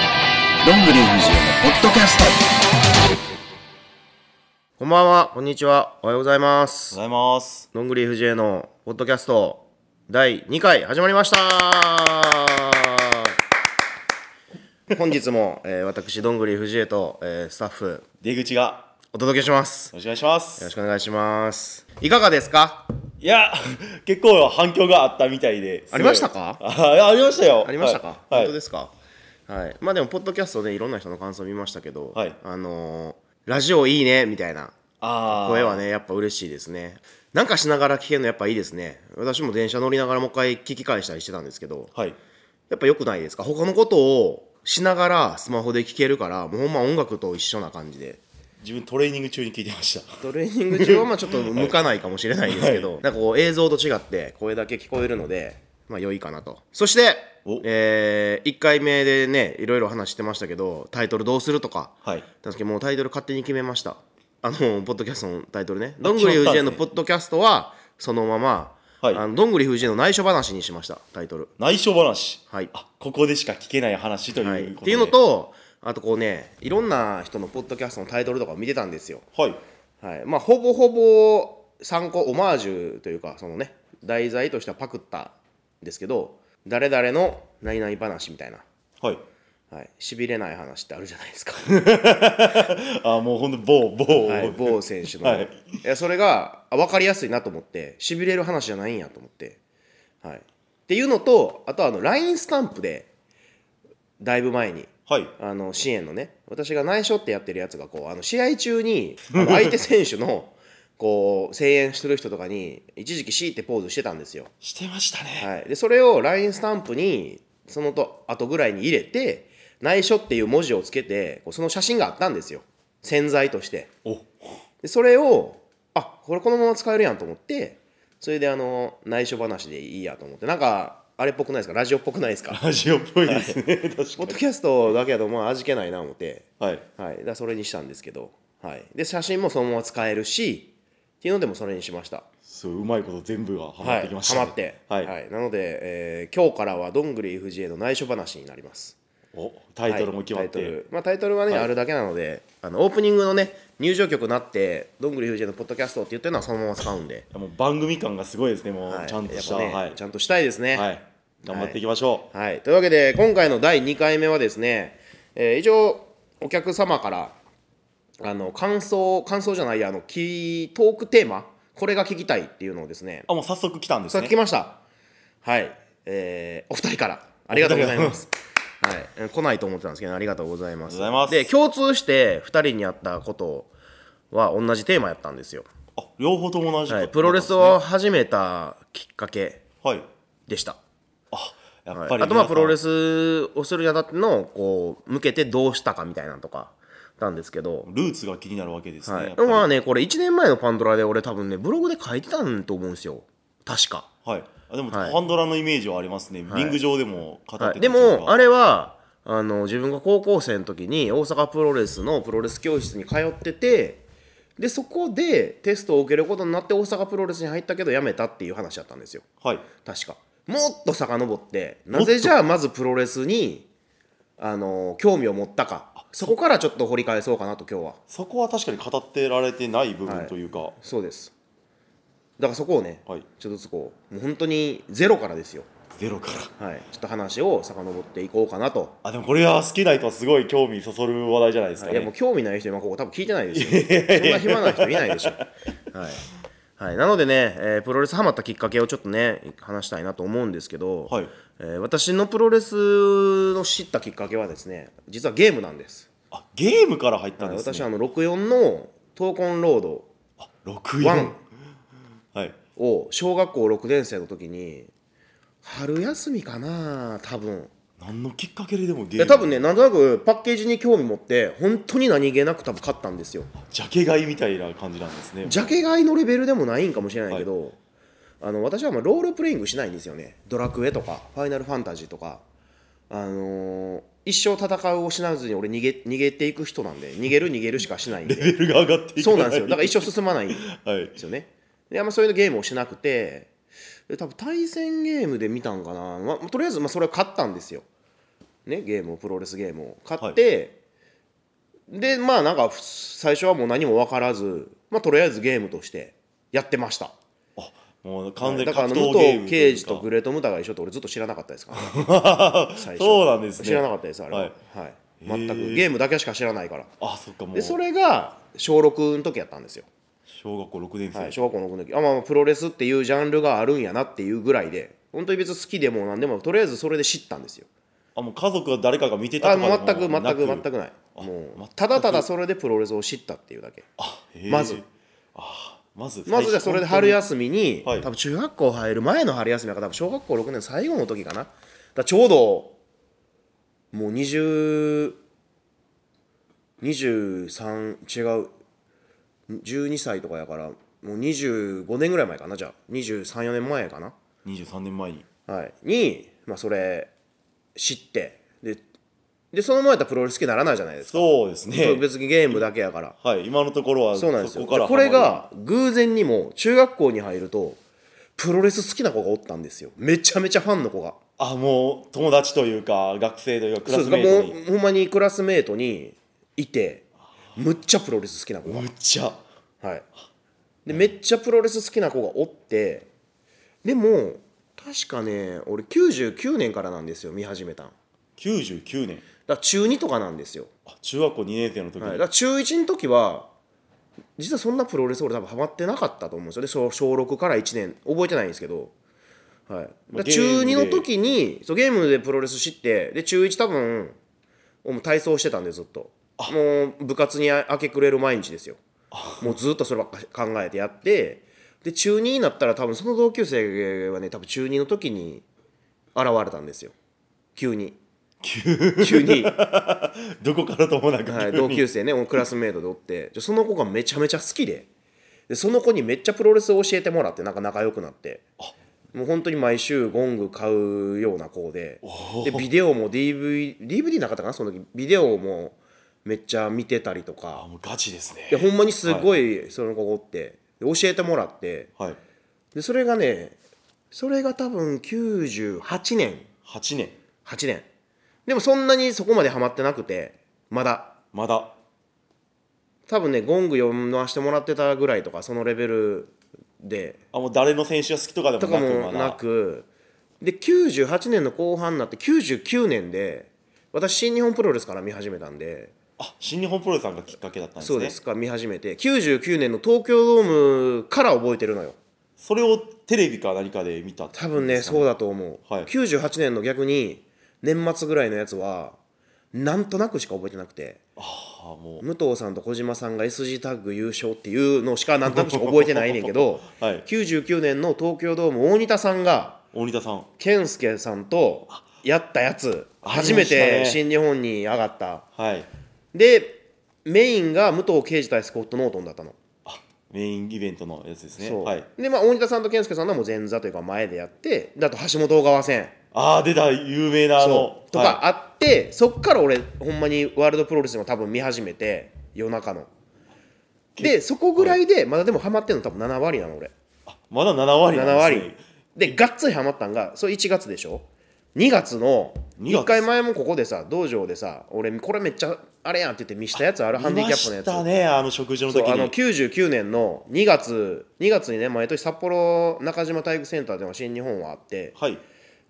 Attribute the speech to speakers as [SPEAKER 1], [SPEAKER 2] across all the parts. [SPEAKER 1] どんぐり藤枝のポッドキャスト
[SPEAKER 2] こんばんは、こんにちは、おはようございま
[SPEAKER 3] ご
[SPEAKER 2] す。
[SPEAKER 3] ざいます。
[SPEAKER 2] どんぐり藤江のポッドキャスト第2回始まりました本日も、えー私、どんぐり藤江と、えースタッフ
[SPEAKER 3] 出口が、
[SPEAKER 2] お届けします。
[SPEAKER 3] よろしくお願いしま
[SPEAKER 2] よろ
[SPEAKER 3] す。
[SPEAKER 2] しくお願いします。いかがですか
[SPEAKER 3] いや、結構反響があったみたいで。すごい
[SPEAKER 2] ありましたか
[SPEAKER 3] あいやありましたよ。
[SPEAKER 2] ありましたか、
[SPEAKER 3] はい。
[SPEAKER 2] 本当
[SPEAKER 3] はい
[SPEAKER 2] ですかはい。まあでも、ポッドキャストでいろんな人の感想見ましたけど、
[SPEAKER 3] はい
[SPEAKER 2] あのーラジオいいね、みたいな
[SPEAKER 3] あー
[SPEAKER 2] 声はねやっぱ嬉しいですねなんかしながら聞けるのやっぱいいですね私も電車乗りながらもう一回聞き返したりしてたんですけど
[SPEAKER 3] はい。
[SPEAKER 2] やっぱ良くないですか他のことをしながらスマホで聞けるからもうほんま音楽と一緒な感じで
[SPEAKER 3] 自分トレーニング中に聞いてました。
[SPEAKER 2] トレーニング中はまあちょっと向かないかもしれないですけど、なんかこう映像と違って声だけ聞こえるのでまあ良いかなとそして
[SPEAKER 3] お、
[SPEAKER 2] え1回目でねいろいろ話してましたけどタイトルどうするとか
[SPEAKER 3] はい。
[SPEAKER 2] なんですけどもうタイトル勝手に決めましたあのポッドキャストのタイトルねどんぐり藤江のポッドキャストはそのまま、
[SPEAKER 3] はい
[SPEAKER 2] あのどんぐり藤江の内緒話にしましたタイトル
[SPEAKER 3] 内緒話。
[SPEAKER 2] はい
[SPEAKER 3] あ、ここでしか聞けない話ということ
[SPEAKER 2] はい、
[SPEAKER 3] で。
[SPEAKER 2] っていうの。とあとこうねいろんな人のポッドキャストのタイトルとかを見てたんですよ
[SPEAKER 3] はい。
[SPEAKER 2] はいまあほぼほぼ参考オマージュというかそのね題材としてはパクったんですけど誰々の何々話みたいな
[SPEAKER 3] はい。
[SPEAKER 2] はい、しびれない話ってあるじゃないですか
[SPEAKER 3] あ、もうほんと、某、某。
[SPEAKER 2] はい、某選手の、
[SPEAKER 3] はいい、
[SPEAKER 2] やそれが分かりやすいなと思ってしびれる話じゃないんやと思って、はい、っていうのとあとはあの LINE スタンプでだいぶ前に
[SPEAKER 3] はい。
[SPEAKER 2] あの支援のね私が内緒ってやってるやつがこうあの試合中にあの相手選手のこう声援してる人とかに一時期シーってポーズしてたんですよ、
[SPEAKER 3] してましたね。
[SPEAKER 2] はい、でそれを LINE スタンプにそのと後ぐらいに入れて内緒っていう文字をつけてこうその写真があったんですよ潜在として。
[SPEAKER 3] お、
[SPEAKER 2] でそれをあこれこのまま使えるやんと思ってそれであの内緒話でいいやと思ってなんかあれっぽくないですかラジオっぽくないです か
[SPEAKER 3] ラジオっぽいですね。確か
[SPEAKER 2] ポッドキャストだけどまあ味気ないな思って、
[SPEAKER 3] に。はい。
[SPEAKER 2] はい、だからそれにしたんですけど、はい、で写真もそのまま使えるしっていうのでもそれにしました
[SPEAKER 3] そう、うまいこと全部がハマっ
[SPEAKER 2] はい
[SPEAKER 3] てきまし
[SPEAKER 2] ハ
[SPEAKER 3] たね。
[SPEAKER 2] マって、
[SPEAKER 3] はい。
[SPEAKER 2] なので、えー今日からはどんぐり藤江の内緒話になります
[SPEAKER 3] お、タイトルも決まっ
[SPEAKER 2] はいタイト
[SPEAKER 3] て。
[SPEAKER 2] ルまあ、タイトルはね、
[SPEAKER 3] はい
[SPEAKER 2] あるだけなのであのオープニングのね入場曲になって「どんぐり藤江のポッドキャスト」って言ってるのはそのまま使うんで
[SPEAKER 3] もう番組感がすごいですね、もう、
[SPEAKER 2] はい
[SPEAKER 3] ちゃんとした、
[SPEAKER 2] やっぱね
[SPEAKER 3] はい
[SPEAKER 2] ちゃんとしたいですね。
[SPEAKER 3] はい、頑張っていきましょ
[SPEAKER 2] はいというわけで今回の第2回目はですね、えー以上お客様からあの感想感想じゃないやあのキートークテーマこれが聞きたいっていうのをですね
[SPEAKER 3] う、あもう早速来たんです
[SPEAKER 2] さっ
[SPEAKER 3] ね
[SPEAKER 2] き来ました。はい、えーお二人からありがとうございます。はいえー、来ないと思ってたんですけどありがとうございます。
[SPEAKER 3] ありがとうござい
[SPEAKER 2] で
[SPEAKER 3] ます
[SPEAKER 2] 共通して二人にあったことは同じテーマやったんですよ。
[SPEAKER 3] あ両方とも同じ、
[SPEAKER 2] はい、プロレスを始めたきっかけ
[SPEAKER 3] はい
[SPEAKER 2] でした。
[SPEAKER 3] あやっぱり、
[SPEAKER 2] はい、あとまあプロレ
[SPEAKER 3] ス
[SPEAKER 2] スをするにあたってのこう向けてどうしたかみたいなのとかなんですけど、
[SPEAKER 3] ルーツが気になるわけですね、
[SPEAKER 2] は
[SPEAKER 3] や
[SPEAKER 2] い
[SPEAKER 3] っぱ、り
[SPEAKER 2] まあねこれ1年前のパンドラで俺多分ねブログで書いてたんと思うんですよ確か、
[SPEAKER 3] はいあでも、
[SPEAKER 2] はい
[SPEAKER 3] ハンドラのイメージはありますね、リング上でも語ってた
[SPEAKER 2] はい、
[SPEAKER 3] とい
[SPEAKER 2] で
[SPEAKER 3] うか
[SPEAKER 2] もあ
[SPEAKER 3] れ
[SPEAKER 2] れはあの自分が高校生の時に大阪プロレスのプロレス教室に通っててでそこでテストを受けることになって大阪プロレスに入ったけど辞めたっていう話だったんですよ
[SPEAKER 3] はい
[SPEAKER 2] 確かもっと遡ってなぜじゃあまずプロレスにあの興味を持ったかそこからちょっと掘り返そうかなと今日は
[SPEAKER 3] そこは確かに語ってられてない部
[SPEAKER 2] は
[SPEAKER 3] 分
[SPEAKER 2] い
[SPEAKER 3] というか、はい
[SPEAKER 2] そうですだからそこをね、ちょっとずつこうもう本当にゼロからですよ
[SPEAKER 3] ゼロから
[SPEAKER 2] はいちょっと話を遡っていこうかなと、
[SPEAKER 3] あでもこれは好きな人はすごい興味そそる話題じゃないですか
[SPEAKER 2] い
[SPEAKER 3] ね、
[SPEAKER 2] やもう興味ない人今ここ多分聞いてないですよそんな暇な人いないで しょはいはい、なのでね、えープロレスハマったきっかけをちょっとね話したいなと思うんですけど、
[SPEAKER 3] はい
[SPEAKER 2] えー私のプロレスの知ったきっかけはですね実はゲームなんです
[SPEAKER 3] あゲームから入ったん
[SPEAKER 2] はい
[SPEAKER 3] ですね、
[SPEAKER 2] 私はあの64の闘魂ロード
[SPEAKER 3] あ64
[SPEAKER 2] ワン
[SPEAKER 3] はい
[SPEAKER 2] を小学校6年生の時に春休みかな多分
[SPEAKER 3] 何のきっかけででもゲー
[SPEAKER 2] い
[SPEAKER 3] ム
[SPEAKER 2] や多分ねなんとなくパッケージに興味持って本当に何気なく多分買ったんですよ
[SPEAKER 3] ジャケ買いみたいな感じなんですね
[SPEAKER 2] ジャケ買いのレベルでもないんかもしれないけど、あの私はまあロールプレイングしないんですよねドラクエとかファイナルファンタジーとかあのー一生戦うをしなずに俺逃げ逃げていく人なんで逃げる逃げるしかし ないん
[SPEAKER 3] レ
[SPEAKER 2] で
[SPEAKER 3] ベルが上がっていく
[SPEAKER 2] そうなんですよだから一生進まない
[SPEAKER 3] はい
[SPEAKER 2] ですよね。で、あんまそういうゲームをしなくて、で多分対戦ゲームで見たんかな、まあ、とりあえずまあそれを買ったんですよ。ね、ゲームをプロレスゲームを買って、でまあなんかふ最初はもう何も分からず、まあ、とりあえずゲームとしてやってました
[SPEAKER 3] あもう完全
[SPEAKER 2] だ
[SPEAKER 3] に
[SPEAKER 2] からあ
[SPEAKER 3] 格
[SPEAKER 2] の
[SPEAKER 3] 闘
[SPEAKER 2] 武
[SPEAKER 3] ゲーム
[SPEAKER 2] 藤敬司と
[SPEAKER 3] いうか
[SPEAKER 2] グレート・ムタが一緒って俺ずっと知らなかったですから ね、最初
[SPEAKER 3] そうなんですね
[SPEAKER 2] 知らなかったですあれは、
[SPEAKER 3] は
[SPEAKER 2] はいい
[SPEAKER 3] へ
[SPEAKER 2] 全く
[SPEAKER 3] ー
[SPEAKER 2] ゲームだけしか知らないから
[SPEAKER 3] あそっかもう
[SPEAKER 2] でそれが小6の時やったんですよ、
[SPEAKER 3] 小学校6年生、
[SPEAKER 2] はい、小学校の6の時あ、まあまあ、プロレスっていうジャンルがあるんやなっていうぐらいで本当に別に好きでも何でもとりあえずそれで知ったんですよ
[SPEAKER 3] あもう家族は誰かが見てた
[SPEAKER 2] あ
[SPEAKER 3] とか
[SPEAKER 2] も
[SPEAKER 3] で
[SPEAKER 2] う全く全
[SPEAKER 3] な
[SPEAKER 2] く全くない
[SPEAKER 3] あ
[SPEAKER 2] も
[SPEAKER 3] 全
[SPEAKER 2] う
[SPEAKER 3] く
[SPEAKER 2] ただただそれでプロレスを知ったっていうだけ
[SPEAKER 3] あへー
[SPEAKER 2] まず
[SPEAKER 3] あまず
[SPEAKER 2] まずじゃあそれで春休みに、
[SPEAKER 3] はい
[SPEAKER 2] 多分中学校入る前の春休みだから多分小学校6年最後の時かなだからちょうどもう2023違う12歳とかやからもう25年ぐらい前かなじゃあ234年前かな
[SPEAKER 3] 23年前に
[SPEAKER 2] はい、に、まあ、それ知ってででそのままやったらプロレス好きにならないじゃないですか、
[SPEAKER 3] そうですね
[SPEAKER 2] 別にゲームだけやから
[SPEAKER 3] はい今のところは
[SPEAKER 2] そうなんですよ
[SPEAKER 3] こから
[SPEAKER 2] でこれが偶然にも中学校に入るとプロレス好きな子がおったんですよめちゃめちゃファンの子が
[SPEAKER 3] あもう友達というか学生というかクラスメ
[SPEAKER 2] そう
[SPEAKER 3] ー
[SPEAKER 2] で
[SPEAKER 3] ト
[SPEAKER 2] す
[SPEAKER 3] に
[SPEAKER 2] もうほんまにクラスメートにいてむっちゃプロレス好きな子が
[SPEAKER 3] むっちゃ
[SPEAKER 2] はい、でめっちゃプロレス好きな子がおってでも確かね俺99年からなんですよ見始めたんだか
[SPEAKER 3] 99年
[SPEAKER 2] ら中2とかなんですよ
[SPEAKER 3] あ中学校2年生の時に、
[SPEAKER 2] はい、だから中1の時は実はそんなプロレス俺多分ハマってなかったと思うんですよね小小6から1年覚えてないんですけど、はい、だから中2の時にそうゲームでプロレス知ってで中1多分もう体操してたんでずっともう部活に明け暮れる毎日ですよもうずっとそればっか考えてやってで中2になったら多分その同級生はね多分中2の時に現れたんですよ急 に急に
[SPEAKER 3] どこからともなく、
[SPEAKER 2] はい、
[SPEAKER 3] 急に
[SPEAKER 2] 同級生ねもうクラスメートでおってじゃその子がめちゃめちゃ好きででその子にめっちゃプロレスを教えてもらってなんか仲良くなってもう本当に毎週ゴング買うような子ででビデオも DVD, DVD なかったかなその時ビデオもめっちゃ見てたりと
[SPEAKER 3] あ
[SPEAKER 2] か
[SPEAKER 3] もうガチですね
[SPEAKER 2] いやほんまにすごいその子がおって、で教えてもらって
[SPEAKER 3] はい
[SPEAKER 2] でそれがねそれが多分98年
[SPEAKER 3] 8年
[SPEAKER 2] 8年でもそんなにそこまでハマってなくてまだ
[SPEAKER 3] まだ
[SPEAKER 2] 多分ねゴング読ませてもらってたぐらいとかそのレベルで
[SPEAKER 3] あもう誰の選手が好きとかで
[SPEAKER 2] と
[SPEAKER 3] も
[SPEAKER 2] か
[SPEAKER 3] なくま
[SPEAKER 2] も
[SPEAKER 3] だ
[SPEAKER 2] なくで98年の後半になって99年で私新日本プロレスから見始めたんで
[SPEAKER 3] あ新日本プロレスさんがきっかけだったんですね
[SPEAKER 2] そうですか見始めて99年の東京ドームから覚えてるのよ
[SPEAKER 3] それをテレビか何かで見たって
[SPEAKER 2] 多分ねそうだと思う、
[SPEAKER 3] はい
[SPEAKER 2] 98年の逆に年末ぐらいのやつはなんとなくしか覚えてなくて
[SPEAKER 3] あもう
[SPEAKER 2] 武藤さんと小島さんが S g タッグ優勝っていうのしかなんとなくしか覚えてないねんけど、
[SPEAKER 3] はい
[SPEAKER 2] 99年の東京ドーム大仁田さんが
[SPEAKER 3] 大仁田さん
[SPEAKER 2] 健介さんとやったやつ
[SPEAKER 3] ありま
[SPEAKER 2] 初
[SPEAKER 3] したね
[SPEAKER 2] めて新日本に上がった
[SPEAKER 3] はい
[SPEAKER 2] でメインが武藤敬司対スコット・ノートンだったの、
[SPEAKER 3] あメインイベントのやつですね
[SPEAKER 2] そう
[SPEAKER 3] はい
[SPEAKER 2] でまあ大仁田さんと健介さんのはもう前座というか前でやってだと橋本小川戦
[SPEAKER 3] ああ出た有名なあの
[SPEAKER 2] そうとかあって、そっから俺ほんまにワールドプロレスも多分見始めて夜中のでそこぐらいで、まだでもハマってんの多分7割なの俺
[SPEAKER 3] はいまだ7割なん
[SPEAKER 2] 7
[SPEAKER 3] です
[SPEAKER 2] 割
[SPEAKER 3] ね
[SPEAKER 2] でがっつりハマったんがそれ1月でしょ2月の
[SPEAKER 3] 2月
[SPEAKER 2] 1回前もここでさ道場でさ俺これめっちゃあれやんって言って見したやつあるハンディキャップのやつ
[SPEAKER 3] 見ましたねあの食事の時
[SPEAKER 2] そうあ
[SPEAKER 3] に
[SPEAKER 2] の99年の2月2月にね毎年札幌中島体育センターでも新日本はあって
[SPEAKER 3] はい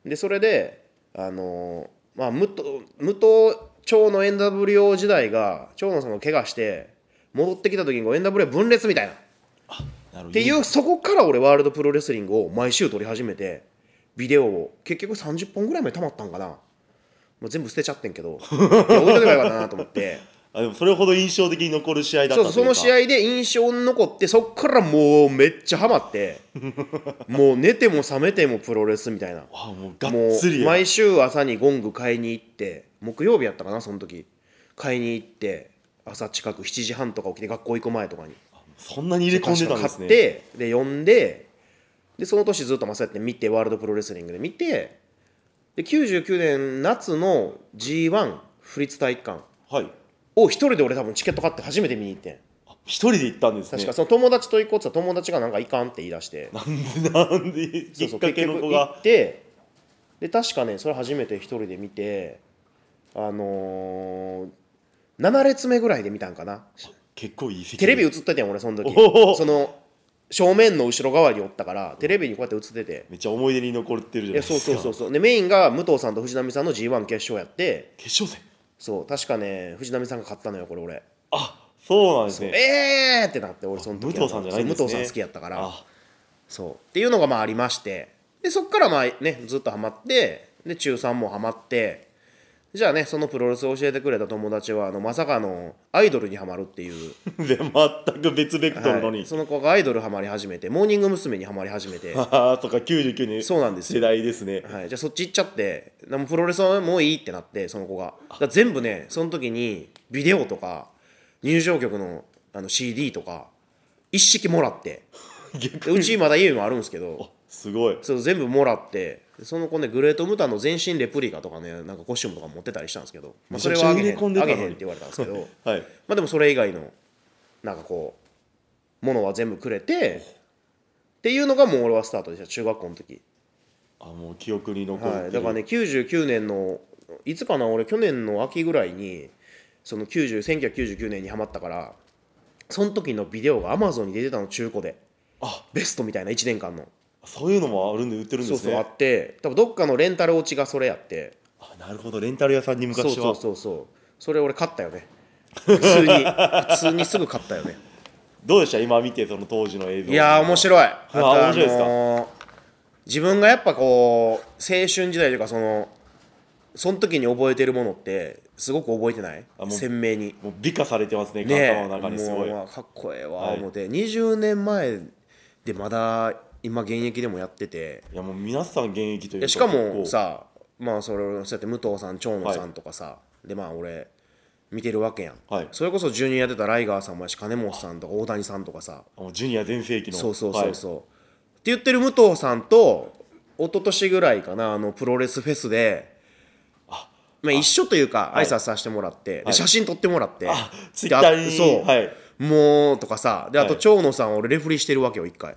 [SPEAKER 2] でそれであのーまあ武藤武藤長野 NWO 時代が長野さんが怪我して戻ってきた時にこう NWO 分裂みたいな
[SPEAKER 3] なる
[SPEAKER 2] っていううそこから俺ワールドプロレスリングを毎週撮り始めてビデオを結局30本ぐらいまで溜まったんかな、まあ、全部捨てちゃってんけ どいや置いとけばよかったなと思って
[SPEAKER 3] あでもそれほど印象的に残る試合だった
[SPEAKER 2] そうそうその試
[SPEAKER 3] 合
[SPEAKER 2] 合で印象に残ってそっからもうめっちゃハマってもう寝ても覚めてもプロレスみたいな
[SPEAKER 3] あもうが
[SPEAKER 2] も
[SPEAKER 3] っつり
[SPEAKER 2] う毎週朝にゴング買いに行って木曜日やったかなその時買いに行って朝近く7時半とか起きて学校行く前とかに
[SPEAKER 3] そんなに入れ込んでたんです
[SPEAKER 2] 買っ
[SPEAKER 3] ね
[SPEAKER 2] てで読んででその年ずっとまあそうやって見てワールドプロレスリングで見てで99年夏の g 1府立体育館
[SPEAKER 3] はい
[SPEAKER 2] を一人で俺多分チケット買って初めて見に行ってん
[SPEAKER 3] あ一人で行ったんです
[SPEAKER 2] 確
[SPEAKER 3] ね
[SPEAKER 2] かその友達と行こうって言ったら友達がなんかいかんって言い出して
[SPEAKER 3] なんでき
[SPEAKER 2] そうそ
[SPEAKER 3] っ
[SPEAKER 2] う
[SPEAKER 3] か
[SPEAKER 2] 結
[SPEAKER 3] けの
[SPEAKER 2] 局
[SPEAKER 3] 子
[SPEAKER 2] 行
[SPEAKER 3] が
[SPEAKER 2] ってで確かねそれ初めて一人で見てあのー、7列目ぐらいで見たんかな
[SPEAKER 3] 結構いい席
[SPEAKER 2] テレビ映っててん俺その時
[SPEAKER 3] おお
[SPEAKER 2] その正面の後ろ側におったからテレビにこうやって映ってて
[SPEAKER 3] めっちゃ思い出に残ってるじゃ
[SPEAKER 2] い
[SPEAKER 3] な
[SPEAKER 2] や
[SPEAKER 3] いで
[SPEAKER 2] そう
[SPEAKER 3] す
[SPEAKER 2] そ
[SPEAKER 3] か
[SPEAKER 2] うそうそうでメインが武藤さんと藤波さんの g 1決勝やって
[SPEAKER 3] 決勝戦
[SPEAKER 2] そう確かね藤波さんが勝ったのよこれ俺
[SPEAKER 3] あそうなんですね
[SPEAKER 2] えーってなって俺その時
[SPEAKER 3] 武藤さんじゃないんです
[SPEAKER 2] そう武藤
[SPEAKER 3] ね
[SPEAKER 2] さん好きやったから
[SPEAKER 3] あ
[SPEAKER 2] そうっていうのがまあありましてでそっからまあねずっとハマってで中3もハマってじゃあねそのプロレスを教えてくれた友達はあのまさかのアイドルにはまるって いう、
[SPEAKER 3] で全く別ベクトルのに、
[SPEAKER 2] はいその子がアイドルはまり始めてモーニング娘。にはまり始めて、は
[SPEAKER 3] ああとか99年
[SPEAKER 2] そうなんですよ
[SPEAKER 3] 世代ですね
[SPEAKER 2] い、じゃあそっち行っちゃってでもプロレスはもういいってなってその子がだから全部ねその時にビデオとか入場曲のあの CD とか一式もらってで
[SPEAKER 3] 逆
[SPEAKER 2] う
[SPEAKER 3] に
[SPEAKER 2] ちまだ家にもあるんですけど
[SPEAKER 3] あすごい
[SPEAKER 2] そう全部もらってその子ねグレートムタの全身レプリカとかねなんかコスチュームとか持ってたりしたんですけど、まあ、
[SPEAKER 3] め
[SPEAKER 2] そ
[SPEAKER 3] ちゃ
[SPEAKER 2] れ
[SPEAKER 3] くち
[SPEAKER 2] は
[SPEAKER 3] ゃ
[SPEAKER 2] あげへ
[SPEAKER 3] 入
[SPEAKER 2] ん
[SPEAKER 3] れ込んで
[SPEAKER 2] あ
[SPEAKER 3] た
[SPEAKER 2] げ
[SPEAKER 3] の
[SPEAKER 2] へ
[SPEAKER 3] に
[SPEAKER 2] んって言われたんですけど
[SPEAKER 3] はい
[SPEAKER 2] まあでもそれ以外のなんかこうものは全部くれてっていうのがもう俺はスタートでした中学校の時、
[SPEAKER 3] あもう記憶に残ってる、
[SPEAKER 2] はい、だからね99年のいつかな俺去年の秋ぐらいにその90 1999年にハマったからその時のビデオがアマゾンに出てたの中古で
[SPEAKER 3] あ
[SPEAKER 2] ベストみたいな1年間の
[SPEAKER 3] そういうのもあるんで売ってるん
[SPEAKER 2] そ
[SPEAKER 3] で
[SPEAKER 2] う
[SPEAKER 3] す
[SPEAKER 2] そ
[SPEAKER 3] ね
[SPEAKER 2] うあって多分どっかのレンタル落ちがそれやって
[SPEAKER 3] あなるほどレンタル屋さんに昔
[SPEAKER 2] そ
[SPEAKER 3] は
[SPEAKER 2] うそうそうそうそれ俺買ったよね普通に普通にすぐ買った よね
[SPEAKER 3] どうでした今見てその当時の映像
[SPEAKER 2] いやー面白いまた
[SPEAKER 3] 面白いですか
[SPEAKER 2] のー自分がやっぱこう青春時代というかそのその時に覚えてるものってすごく覚えてない
[SPEAKER 3] あもう
[SPEAKER 2] 鮮明に
[SPEAKER 3] もう美化されてますね
[SPEAKER 2] ね
[SPEAKER 3] 頭の中にす
[SPEAKER 2] も
[SPEAKER 3] ご
[SPEAKER 2] う
[SPEAKER 3] い
[SPEAKER 2] まあかっこええわ
[SPEAKER 3] はい
[SPEAKER 2] 思って、20年前でまだ今現役でもやってて
[SPEAKER 3] いやもう皆さん現役という
[SPEAKER 2] いや
[SPEAKER 3] か
[SPEAKER 2] しか
[SPEAKER 3] 結構
[SPEAKER 2] もさまあそれをそうやって武藤さん長野さんとかさ、でまあ俺見てるわけやん、
[SPEAKER 3] はい
[SPEAKER 2] それこそジュニア出たライガーさんもやし金本さんとか大谷さんとかさ
[SPEAKER 3] あもうジュニア全盛期の
[SPEAKER 2] そうそうそう
[SPEAKER 3] う、
[SPEAKER 2] そう、って言ってる武藤さんと一昨年ぐらいかなあのプロレスフェスでまあ、一緒というか挨
[SPEAKER 3] い
[SPEAKER 2] 拶させてもらって、で
[SPEAKER 3] い
[SPEAKER 2] 写真撮ってもらって
[SPEAKER 3] あ
[SPEAKER 2] で
[SPEAKER 3] ツイッターに
[SPEAKER 2] そう、
[SPEAKER 3] はい
[SPEAKER 2] もうとかさであと
[SPEAKER 3] はい
[SPEAKER 2] 長野さん俺レフェリーしてるわけよ一回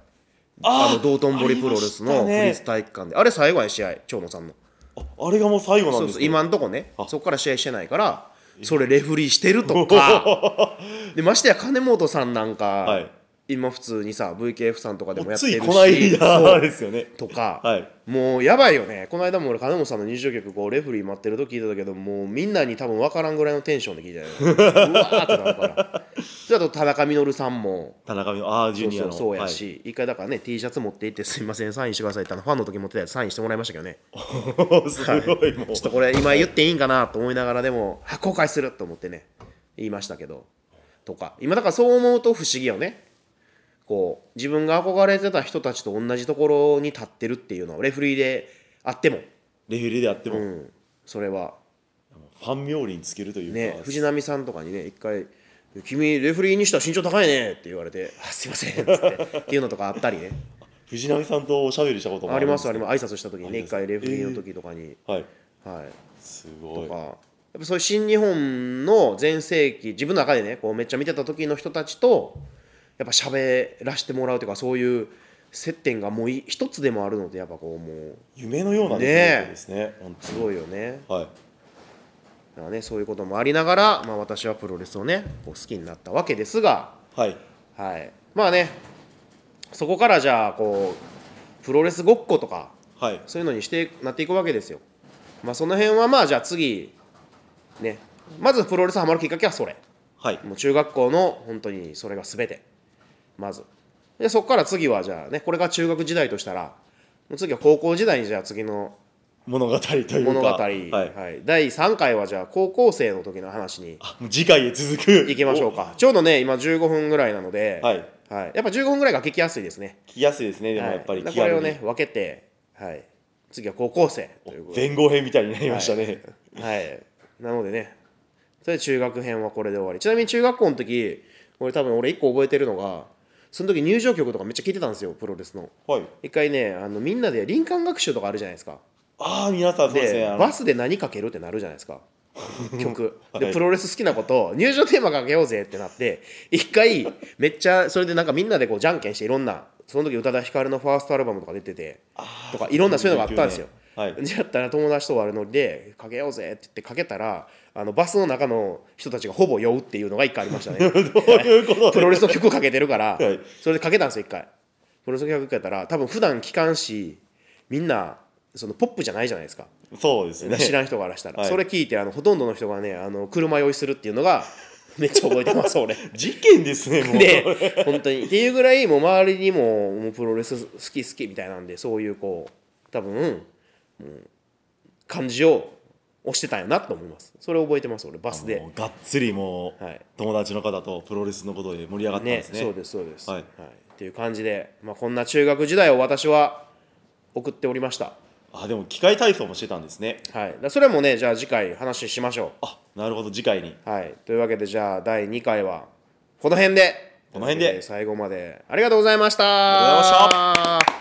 [SPEAKER 2] あの道頓堀プロレスの
[SPEAKER 3] ありました
[SPEAKER 2] 国
[SPEAKER 3] ね
[SPEAKER 2] 立体育館であれ最後や試合長野さんの
[SPEAKER 3] はいああれがもう最後なん
[SPEAKER 2] そうそ
[SPEAKER 3] です
[SPEAKER 2] う
[SPEAKER 3] ね
[SPEAKER 2] 今んとこねそこから試合してないからそれレフリーしてるとかでましてや金本さんなんか、
[SPEAKER 3] はい
[SPEAKER 2] 今普通にさ VKF さんとかでも
[SPEAKER 3] も
[SPEAKER 2] や
[SPEAKER 3] う
[SPEAKER 2] って
[SPEAKER 3] つ
[SPEAKER 2] るし
[SPEAKER 3] いこない
[SPEAKER 2] そ
[SPEAKER 3] だ
[SPEAKER 2] う
[SPEAKER 3] ですよね
[SPEAKER 2] とか、
[SPEAKER 3] はい
[SPEAKER 2] もうやばいよねこの間も俺金本さんの入場曲こうレフリー待ってると聞いたけどもうみんなに多分分からんぐらいのテンションで聞い たようわーってなるからであと田中稔さんも
[SPEAKER 3] 田中美濃ああジ
[SPEAKER 2] そう
[SPEAKER 3] ュニア
[SPEAKER 2] そう
[SPEAKER 3] の
[SPEAKER 2] そうやし、一回だからね T シャツ持って行ってすいませんサインしてくださいってあのファンの時持ってたやつサインしてもらいましたけどね
[SPEAKER 3] はい すごいもう、
[SPEAKER 2] ちょっとこれ今言っていいんかなと思いながらでもあ後悔すると思ってね言いましたけどとか今だからそう思うと不思議よねこう自分が憧れてた人たちと同じところに立ってるっていうのはレフリーであっても、
[SPEAKER 3] レフェリーであっても、
[SPEAKER 2] うん、それは
[SPEAKER 3] ファン冥利につけるというか、
[SPEAKER 2] ね藤波さんとかにね一回「君レフリーにしたら身長高いね」って言われて「あすいません」っつってっていうのとかあったりね
[SPEAKER 3] 藤波さんとおしゃべりしたことも
[SPEAKER 2] あります
[SPEAKER 3] ん
[SPEAKER 2] あ
[SPEAKER 3] で
[SPEAKER 2] ります挨拶した時にね一回レフリーの時とかに、
[SPEAKER 3] はい
[SPEAKER 2] はい
[SPEAKER 3] す
[SPEAKER 2] と
[SPEAKER 3] ごい
[SPEAKER 2] か、やっぱそういう新日本の全盛期自分の中でねこうめっちゃ見てた時の人たちとやっぱ喋らせてもらうというかそういう接点がもうい一つでもあるのでやっぱこうもう
[SPEAKER 3] 夢のような出来事ですね本
[SPEAKER 2] すごいよね
[SPEAKER 3] 当にはい
[SPEAKER 2] だからねそういうこともありながら、まあ、私はプロレスをねこう好きになったわけですが、
[SPEAKER 3] はい
[SPEAKER 2] はい、まあねそこからじゃあこうプロレスごっことか
[SPEAKER 3] はい
[SPEAKER 2] そういうのにしてなっていくわけですよ。まあ、その辺はまあじゃあ次ねまずプロレスハマるきっかけはそれ。
[SPEAKER 3] はい
[SPEAKER 2] もう中学校の本当にそれが全てまずでそこから次はじゃあねこれが中学時代としたらもう次は高校時代にじゃあ次の
[SPEAKER 3] 物語というか
[SPEAKER 2] 物語、
[SPEAKER 3] はい
[SPEAKER 2] はい第3回はじゃあ高校生の時の話に
[SPEAKER 3] あもう次回へ続く
[SPEAKER 2] いきましょうかちょうどね今15分ぐらいなので、
[SPEAKER 3] はい
[SPEAKER 2] やっぱ15分ぐらいが聞きやすいですね
[SPEAKER 3] 聞きやすいですねでも
[SPEAKER 2] はい
[SPEAKER 3] やっぱり
[SPEAKER 2] だ
[SPEAKER 3] 気
[SPEAKER 2] からこれ
[SPEAKER 3] 軽
[SPEAKER 2] を
[SPEAKER 3] に
[SPEAKER 2] ね分けて、はい、次は高校生ということで
[SPEAKER 3] 前後編みたいになりましたね、
[SPEAKER 2] はい、なのでねそれで中学編はこれで終わりちなみに中学校の時俺多分俺一個覚えてるのがその時入場曲とかめっちゃ聞いてたんですよプロレスの
[SPEAKER 3] はい
[SPEAKER 2] 一回ねあのみんなで林間学習とかあるじゃないですか
[SPEAKER 3] ああ皆さんそう
[SPEAKER 2] で
[SPEAKER 3] ですねあの
[SPEAKER 2] バスで何かけるってなるじゃないです か曲
[SPEAKER 3] は
[SPEAKER 2] で
[SPEAKER 3] い
[SPEAKER 2] プロレス好きなこと入場テーマかけようぜってなって一回めっちゃそれでなんかみんなでこうじゃんけんしていろんなその時宇多田ヒカルのファーストアルバムとか出ててとかいろんなそういうのがあったんですよ
[SPEAKER 3] はい
[SPEAKER 2] じゃったら友達と悪ノリで「かけようぜ」って言ってかけたらあのバスの中の人たちがほぼ酔うっていうのが一回ありましたね
[SPEAKER 3] どういうこと
[SPEAKER 2] プロレスの曲かけてるから、
[SPEAKER 3] はい
[SPEAKER 2] それでかけたんですよ一回プロレスの曲かけたら多分普段聞かんしみんなそのポップじゃないじゃないですか
[SPEAKER 3] そうです ね
[SPEAKER 2] 知らん人からしたら、
[SPEAKER 3] はい
[SPEAKER 2] それ聞いてあのほとんどの人がねあの車酔いするっていうのがめっちゃ覚えてます俺
[SPEAKER 3] 事件ですね もう
[SPEAKER 2] で本当にっていうぐらいもう周りにももうプロレス好き好きみたいなんでそういうこう多分、うん、感じを押してたんやなと思いますそれ覚えてます俺バスで
[SPEAKER 3] もうがっつりもう、
[SPEAKER 2] はい
[SPEAKER 3] 友達の方とプロレスのことで盛り上がったん
[SPEAKER 2] ね
[SPEAKER 3] ですね
[SPEAKER 2] そうですそうです、
[SPEAKER 3] はい
[SPEAKER 2] っていう感じで、まあ、こんな中学時代を私は送っておりました
[SPEAKER 3] あでも機械体操もしてたんですね
[SPEAKER 2] はいだからそれもねじゃあ次回話しましょ
[SPEAKER 3] あなるほど次回に
[SPEAKER 2] うはいというわけでじゃあ第2回はこの辺で
[SPEAKER 3] この辺で
[SPEAKER 2] というわけ最後までありがとうございました
[SPEAKER 3] ありがとうございま
[SPEAKER 2] した